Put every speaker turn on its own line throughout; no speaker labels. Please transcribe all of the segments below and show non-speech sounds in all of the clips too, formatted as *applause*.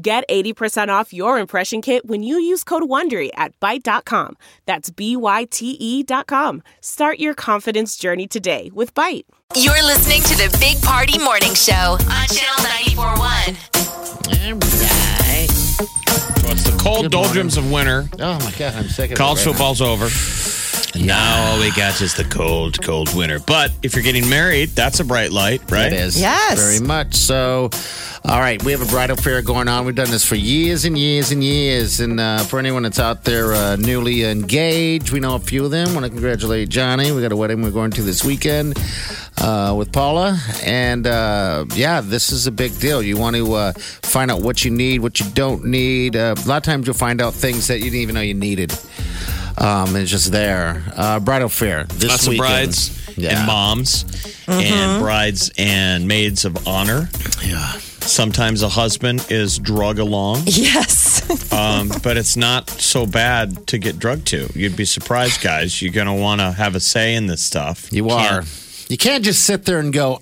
Get 80% off your impression kit when you use code WONDERY at Byte.com. That's B-Y-T-E E dot com. Start your confidence journey today with Byte.
You're listening to the Big Party Morning Show on Channel 941.
All right.
So it's the cold
Good
doldrums of winter.
Oh my God, I'm sick of
College
it right
football's over. And now all we got is the cold, cold winter. But if you're getting married, that's a bright light,
now.
right?
It is
Yes.
very much so. All right, we have a bridal fair going on. We've done this for years and years and years. And uh, for anyone that's out there uh, newly engaged, we know a few of them. Want to congratulate Johnny. We got a wedding we're going to this weekend uh, with Paula. And uh, yeah, this is a big deal. You want to uh, find out what you need, what you don't need. Uh, a lot of times you'll find out things that you didn't even know you needed. Um, it's just there. Uh, bridal fair this
Lots of
weekend.
brides
Yeah.
and moms and brides and maids of honor.
Yeah.
Sometimes a husband is drug *laughs* along,
Yes.
um, but it's not so bad to get drugged to. You'd be surprised, guys. You're going to want to have a say in this stuff.
You are.
can't-
You can't just sit there and go,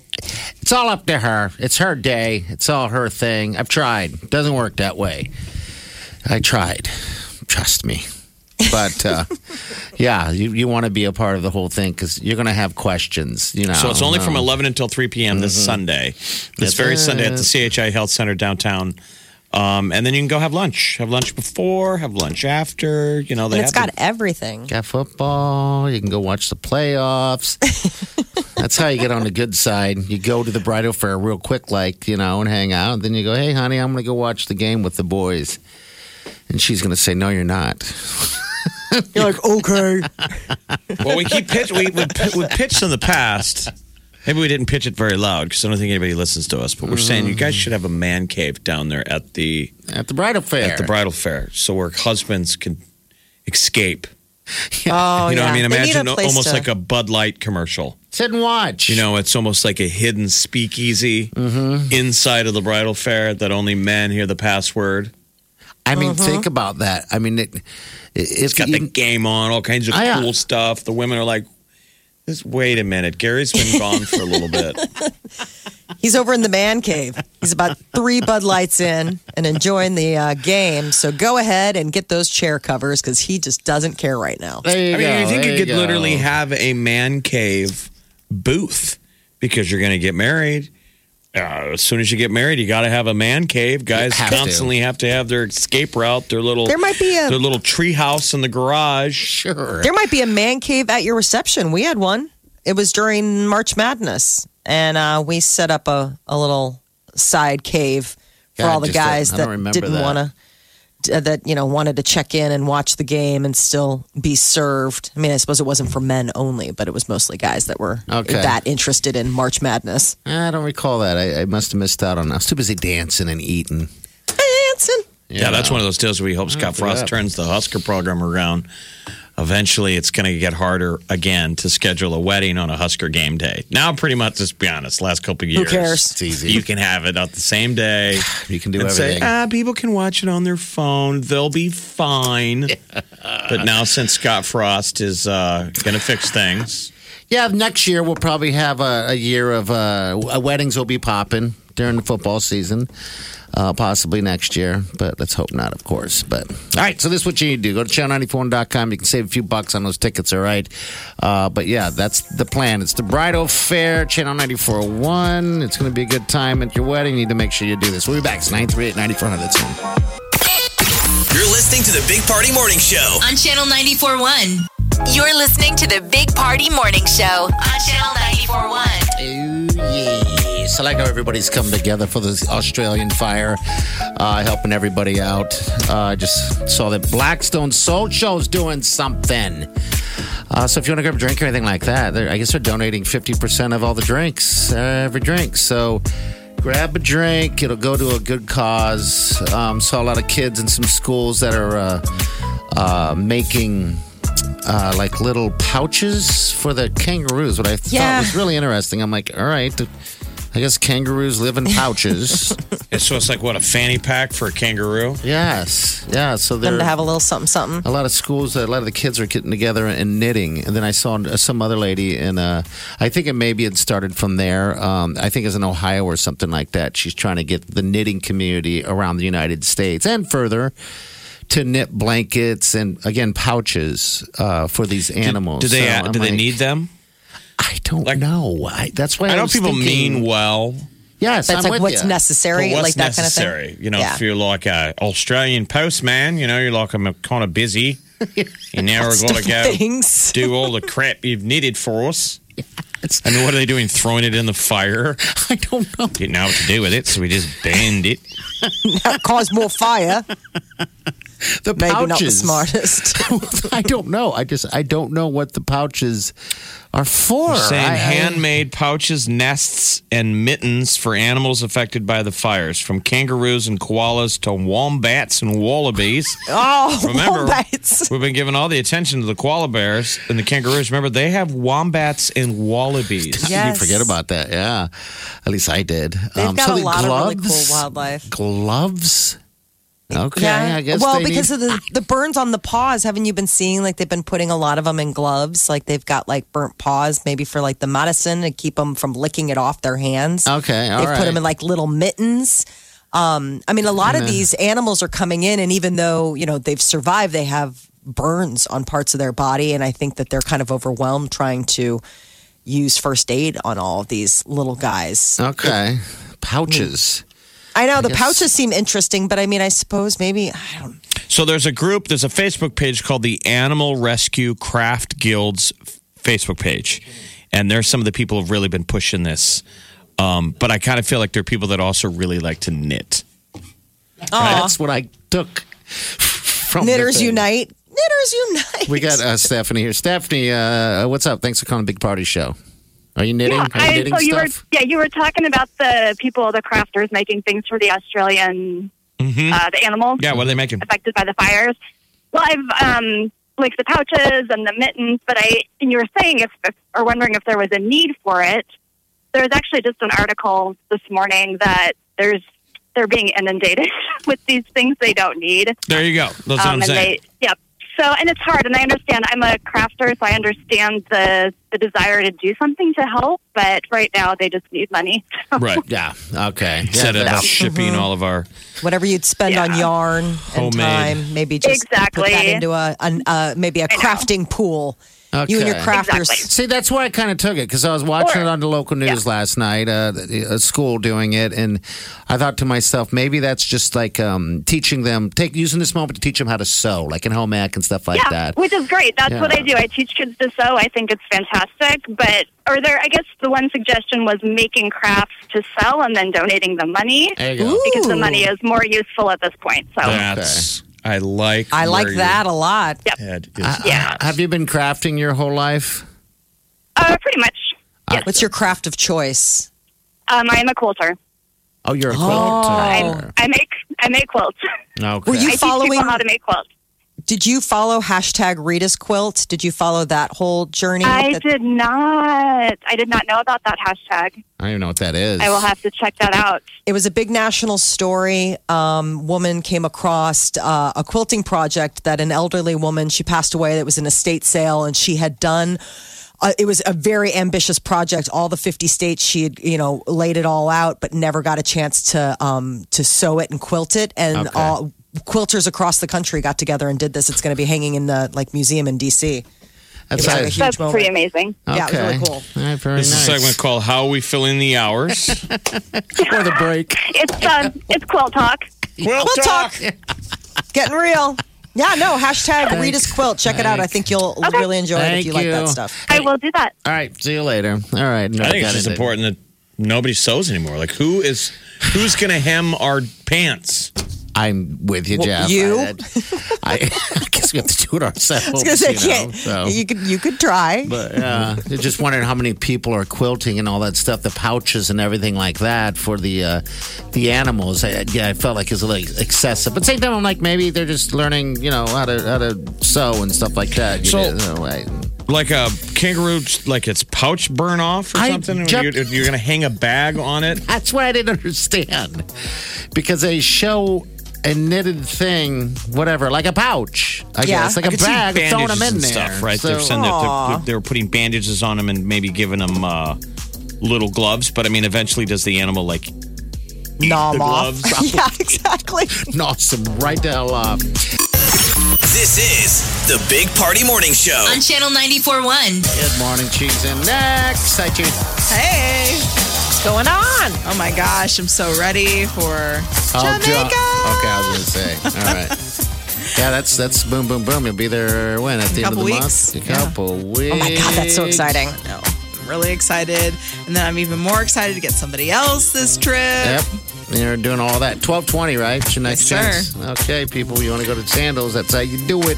it's all up to her. It's her day. It's all her thing. I've tried. Doesn't work that way. I tried. Trust me. But
*laughs*
uh, yeah, you, you want to be a part of the whole thing because you're going to have questions. You know.
So it's only
Oh, No.
from 11 until 3 p.m. this Sunday, this
That's
very
it.
Sunday at the CHI Health Center downtown. Um, and then you can go have lunch. Have lunch before, have lunch after. You know, they
And it's
have
got everything.
Got football. You can go watch the playoffs. That's how you get on the good side. You go to the bridal fair real quick, like, you know, and hang out. And then you go, hey, honey, I'm going to go watch the game with the boys. And she's going to say, no, you're not.
You're like, okay.
the- well, we keep pitch. We, we, we
*laughs*
pitched in the past. Maybe we didn't pitch it very loud because I don't think anybody listens to us. But we're saying you guys should have a man cave down there at the
At the bridal fair.
at the bridal fair, so where husbands can escape.
Oh,
you know,
yeah.
what I mean,
They need
imagine
a place
almost
to-
like a Bud Light commercial.
Sit and watch.
You know, it's almost like a hidden speakeasy
Mm-hmm.
inside of the bridal fair that only men hear the password.
I mean, think about that. I mean, it,
It's got the game on, all kinds of
Oh, yeah.
cool stuff. The women are like, "Just wait a minute, Gary's been gone for a little bit."
He's over in the man cave. He's
*laughs*
about three Bud Lights in and enjoying the uh, game. So go ahead and get those chair covers because he just doesn't care right now.
*laughs* There you
I mean,
go,
you think
there
you could
go.
literally have a man cave booth because you're going to get married. Uh, as soon as you get married, you got to have a man cave. Guys
have to.
constantly have to have their escape route, their little
There might be a-
their little tree house in the garage.
Sure.
There might be a man cave at your reception. We had one. It was during March Madness, and uh, we set up a, a little side cave for
God,
all the
just don't-
guys
I
that
don't remember
didn't
that.
want to. That you know wanted to check in and watch the game and still be served. I mean, I suppose it wasn't for men only, but it was mostly guys that were
Okay.
that interested in March Madness.
I don't recall that. I, I must have missed out on. I was too busy dancing and eating.
Dancing.
Yeah, that's one of those deals where we hope Scott Frost
that.
turns the Husker program around. Eventually, it's going to get harder again to schedule a wedding on a Husker game day. Now, pretty much, let's be honest, last couple of
Who
years,
cares?
It's easy.
you can have it on the same *sighs* day.
You can do
and say,
everything.
ah, people can watch it on their phone. They'll be *laughs* fine. But now, since Scott Frost is uh, going to fix things,
yeah, next year we'll probably have a, a year of uh, w- weddings will be popping during the football season. Uh, possibly next year, but let's hope not, of course. But all right, so this is what you need to do. Go to channel94.com. You can save a few bucks on those tickets, all right? Uh, but yeah, that's the plan. It's the Bridal Fair, Channel 94.1. It's going to be a good time at your wedding. You need to make sure you do this. We'll be back. It's 938 9400. That's home.
You're listening to the Big Party Morning Show.
On Channel 941. You're listening to the Big Party Morning Show on Channel 941.
Oh, yes. I like how everybody's come together for this Australian fire, uh, helping everybody out. Uh, I just saw that Blackstone Soul Show's doing something. Uh, so if you want to grab a drink or anything like that, they're- I guess they're donating 50% of all the drinks, uh, every drink. So Grab a drink. It'll go to a good cause. Um, saw a lot of kids in some schools that are uh, uh, making uh, like little pouches for the kangaroos. What I
Yeah.
thought was really interesting. I'm like, all right, I guess kangaroos live in
*laughs*
pouches.
And so it's like what a fanny pack for a kangaroo.
yes, yeah. So they're
Them to have a little something, something.
a lot of schools, a lot of the kids are getting together and knitting. And then I saw some other lady in, uh, I think it maybe it started from there. Um, I think it's in Ohio or something like that. She's trying to get the knitting community around the United States and further to knit blankets and again pouches uh, for these animals.
Do they?
So
uh
I'm
do they
like,
need them?
I don't
like-
know. I, that's why
I
I
know
was
people
thinking-
mean well.
Yes,
That's
I'm with
like what's
ya.
necessary,
But what's
like that
necessary?
kind of thing.
You know,
yeah.
if you're like a Australian postman, you know, you're like I'm kind of
*laughs*
busy, and now we're going to go
things.
*laughs*
*laughs*
do all the crap you've knitted for us. I mean, what are they doing? Throwing it in the fire?
*laughs*
*laughs*
I don't know.
Didn't know what to do with it, so we just banned
*laughs*
it.
That caused more fire.
The
Maybe
pouches.
not the smartest.
*laughs* I don't know. I just I don't know what the pouches are for.
Saying
I- I-
handmade pouches, nests, and mittens for animals affected by the fires, from kangaroos and koalas to wombats and wallabies.
*laughs* Oh,
Remember,
wombats.
we've been giving all the attention to the koala bears and the kangaroos. Remember, they have wombats and wallabies.
How did
Yes.
You forget about that. Yeah. At least I did.
They've got
Um, so
a
the
lot of really cool
gloves-
wildlife.
Gloves? Okay. I guess
well,
they
because
need-
of the, the burns on the paws, haven't you been seeing like they've been putting a lot of them in gloves? Like they've got like burnt paws, maybe for like the medicine to keep them from licking it off their hands.
Okay, all
they've put
right.
them in like little mittens. Um, I mean, a lot of these animals are coming in, and even though you know they've survived, they have burns on parts of their body, and I think that they're kind of overwhelmed trying to use first aid on all of these little guys.
Okay. Pouches.
I know the
guess-
pouches seem interesting, but I mean, I suppose maybe I don't.
So there's a group, there's a Facebook page called the Animal Rescue Craft Guild's Facebook page. And there's some of the people who've really been pushing this. Um, but I kind of feel like there are people that also really like to knit.
That's what I took from the
Knitters
thing.
Unite. Knitters Unite.
We got uh, Stephanie here. Stephanie, uh, what's up? Thanks for calling Big Party Show. Are you knitting?
Yeah,
Are you
I,
knitting
so you were
stuff?
yeah you were talking about the people, the crafters making things for the Australian uh, the animals
Yeah, what are they making?
affected by the fires. Well, I've um, like the pouches and the mittens, but I and you were saying if, if or wondering if there was a need for it. There was actually just an article this morning that there's they're being inundated *laughs* with these things they don't need.
There you go. That's what
Um,
I'm
Um, and
saying.
they yep. So and it's hard, and I understand. I'm a crafter, so I understand the the desire to do something to help. But right now, they just need money. *laughs*
*laughs*
right.
Yeah. Okay. Yeah,
Instead of
that's-
shipping
Mm-hmm.
all of our.
whatever you'd spend
Yeah.
on yarn and
Homemade.
time. Maybe just put
Exactly.
that into a, an uh, maybe a
I know.
crafting pool. You and your
Okay.
crafters.
Exactly.
See, that's where I kind of took it because I was watching
Or-
it on the local news last night, uh, a school doing it, and I thought to myself, maybe that's just like um, teaching them, take using this moment to teach them how to sew, like in home ec and stuff like
yeah,
that.
which is great. That's what
Yeah.
I do. I teach kids to sew. I think it's fantastic. But or there, I guess the one suggestion was making crafts to sell and then donating the money
There you go.
because the
Ooh.
money is more useful at this point. So
That's. I like.
Oh. I like
where
that a lot.
your head is.
yeah,
Uh, Have you been crafting your whole life?
uh, pretty much.
What's your quilter. craft of choice?
Um, I am a quilter.
Oh, you're a
Oh.
quilter.
I make I make quilts. *laughs*
Okay.
Were you
I teach
following?
people how to make quilts.
Did you follow hashtag Rita's quilt? Did you follow that whole journey?
I
That-
did not. I did not know about that
I
hashtag.
don't even know what that is.
I will have to check that out.
It was a big national story. Um, woman came across uh, a quilting project that an elderly woman she passed away. That was an estate sale, and she had done. Uh, it was a very ambitious project. All the fifty states she had, you know, laid it all out, but never got a chance to um, to sew it and quilt it. And
Okay.
all quilters across the country got together and did this. It's going to be hanging in the like museum in DC.
That's
It was like a
nice.
huge
That's
moment.
pretty amazing.
Yeah, it was really
Okay.
cool.
All right, very
This is a segment
nice.
called How We Fill in
*laughs*
the Hours.
Or the break.
It's um, it's quilt talk.
Quilt
Quilt talk. Getting real. Yeah, no, hashtag Rita's Quilt. Check it out. I think you'll really enjoy it if
Thank
you, like that
you.
stuff.
I will do that.
All right, see you later. All right.
I think it's just important that nobody sews anymore. Like who is who's going to hem our pants?
I'm with you,
Well,
Jeff.
you?
I, I, *laughs* I guess we have to do it ourselves.
*laughs* I was gonna say,
you know,
can't-
so.
you could you could try.
But
*laughs*
yeah, They're just wondering how many people are quilting and all that stuff, the pouches and everything like that for the uh, the animals. I, yeah, I felt like it's a little excessive, but same time, I'm like maybe they're just learning, you know, how to how to sew and stuff like that. You
So-
know, like-
Like a kangaroo, like its pouch burn off or
I
something? and
jumped-
You're, you're going to hang a bag on it?
that's what I didn't *laughs* understand because they show. A knitted thing, whatever, like a pouch. I
Yeah.
guess, like a
could see
bag, throwing them
bandages
in
and
there.
stuff, right?
So-
they're saying that they're, they're putting bandages on them and maybe giving them uh, little gloves. But I mean, eventually, does the animal like
Nom
the
off.
gloves.
*laughs* yeah, exactly.
awesome, right the hell off.
This is the Big Party Morning Show.
On Channel 94.1.
Good morning, cheese in next. Hi, cheese.
Hey, what's going on? Oh my gosh, I'm so ready for
Oh,
Jamaica.
Ja- okay, I was gonna say. All right.
*laughs*
Yeah, that's that's boom, boom, boom. You'll be there when at the
Couple
end of
weeks.
the month. A
Yeah.
couple weeks.
Oh my god, that's so exciting.
No, I'm really excited, and then I'm even more excited to get somebody else this trip.
Yep. You're doing all that. Twelve twenty, right? It's your next
Yes,
chance. Okay, people, you want to go to sandals? That's how you do it.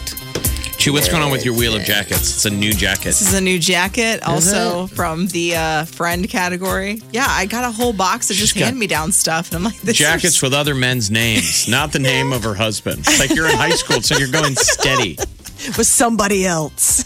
Chew, what's going on with your wheel of jackets? It's a new jacket.
This is a new jacket, also from the uh, friend category. Yeah, I got a whole box of just
got-
hand me down stuff, and I'm like, this
Jackets
Is-
with other men's names, not the name of her husband. It's like you're in high school, so you're going steady.
With somebody else.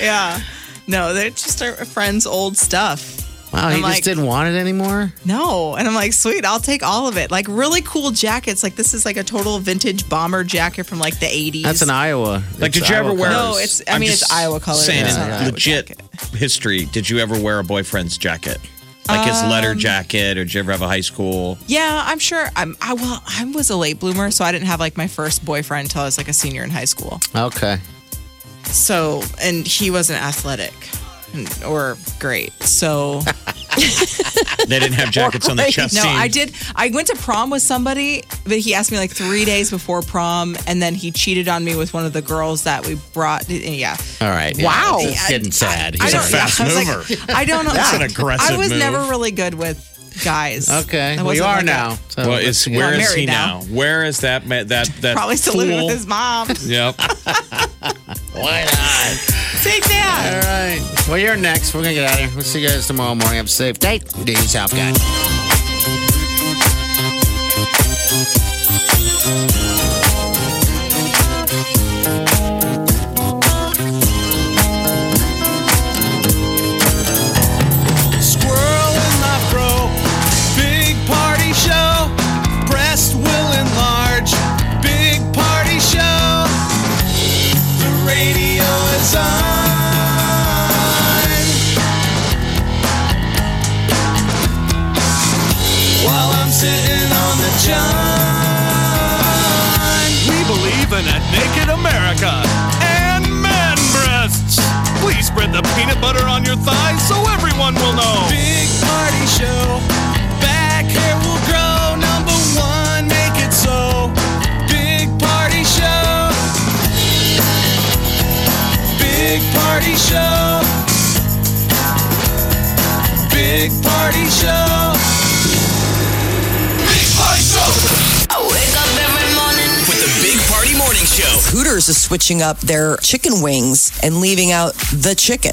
*laughs* yeah, no, they're just our friend's old stuff.
Wow, he
I'm
just
like-
didn't want it anymore.
No. And I'm like, sweet, I'll take all of it. Like really cool jackets. Like this is like a total vintage bomber jacket from like the 80s.
That's an Iowa.
Like,
It's
did you ever
Iowa
wear?
colors.
No, it's- I
I'm
mean, it's
just
Iowa colors.
Saying
It's
in
not an Iowa
legit history, did you ever wear a boyfriend's jacket, like his
Um,
letter jacket, or did you ever have a high school?
yeah, I'm sure. I'm. I well, I was a late bloomer, so I didn't have like my first boyfriend until I was like a senior in high school.
okay.
So, and he wasn't athletic and- or great.
*laughs*
So *laughs*
They didn't have jackets on the chest.
No,
seam.
I did. I went to prom with somebody, but he asked me like three days before prom, and then he cheated on me with one of the girls that we brought. Yeah.
All right. yeah,
Wow.
It's just getting sad.
I
He's a
don't-
fa-
*laughs* fast
I was like,
mover.
*laughs* I don't
*laughs*
know.
That's an aggressive
I was
move.
never really good with guys.
Okay.
I
Well, you
wasn't
are
like
now.
that.
So
Well,
let's
is
get
where
I'm
it.
is he
married now.
now? Where is that ma- that that
Probably still living
fool?
with his
*laughs*
mom. *laughs*
Yep.
Why not?
Take that.
All right. Well, you're next. We're going to get out of here. We'll see you guys tomorrow morning. Have a safe day. Do yourself, guys.
Squirrel in my fro. Big party show. Breast will enlarge. Big party show. The radio is on. While I'm sitting on the john. We believe in a naked America and man breasts. Please spread the peanut butter on your thighs so everyone will know. Big party show. Back hair will grow. Number one, make it so. Big party show. Big party show. Big party show. Big party show.
I wake up every morning.
With the Big Party Morning Show.
Hooters is switching up their chicken wings and leaving out the chicken.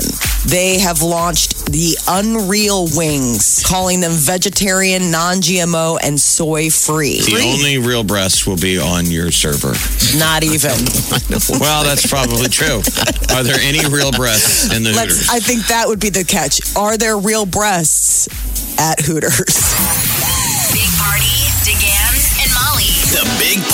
They have launched the Unreal Wings, calling them vegetarian, non GMO, and soy free.
The only real breasts will be on your server.
Not even.
Well, that's probably true. Are there any real breasts in the Hooters?
Let's, I think that would be the catch. Are there real breasts at Hooters?
Big Party, DeGan, and Molly.
The Big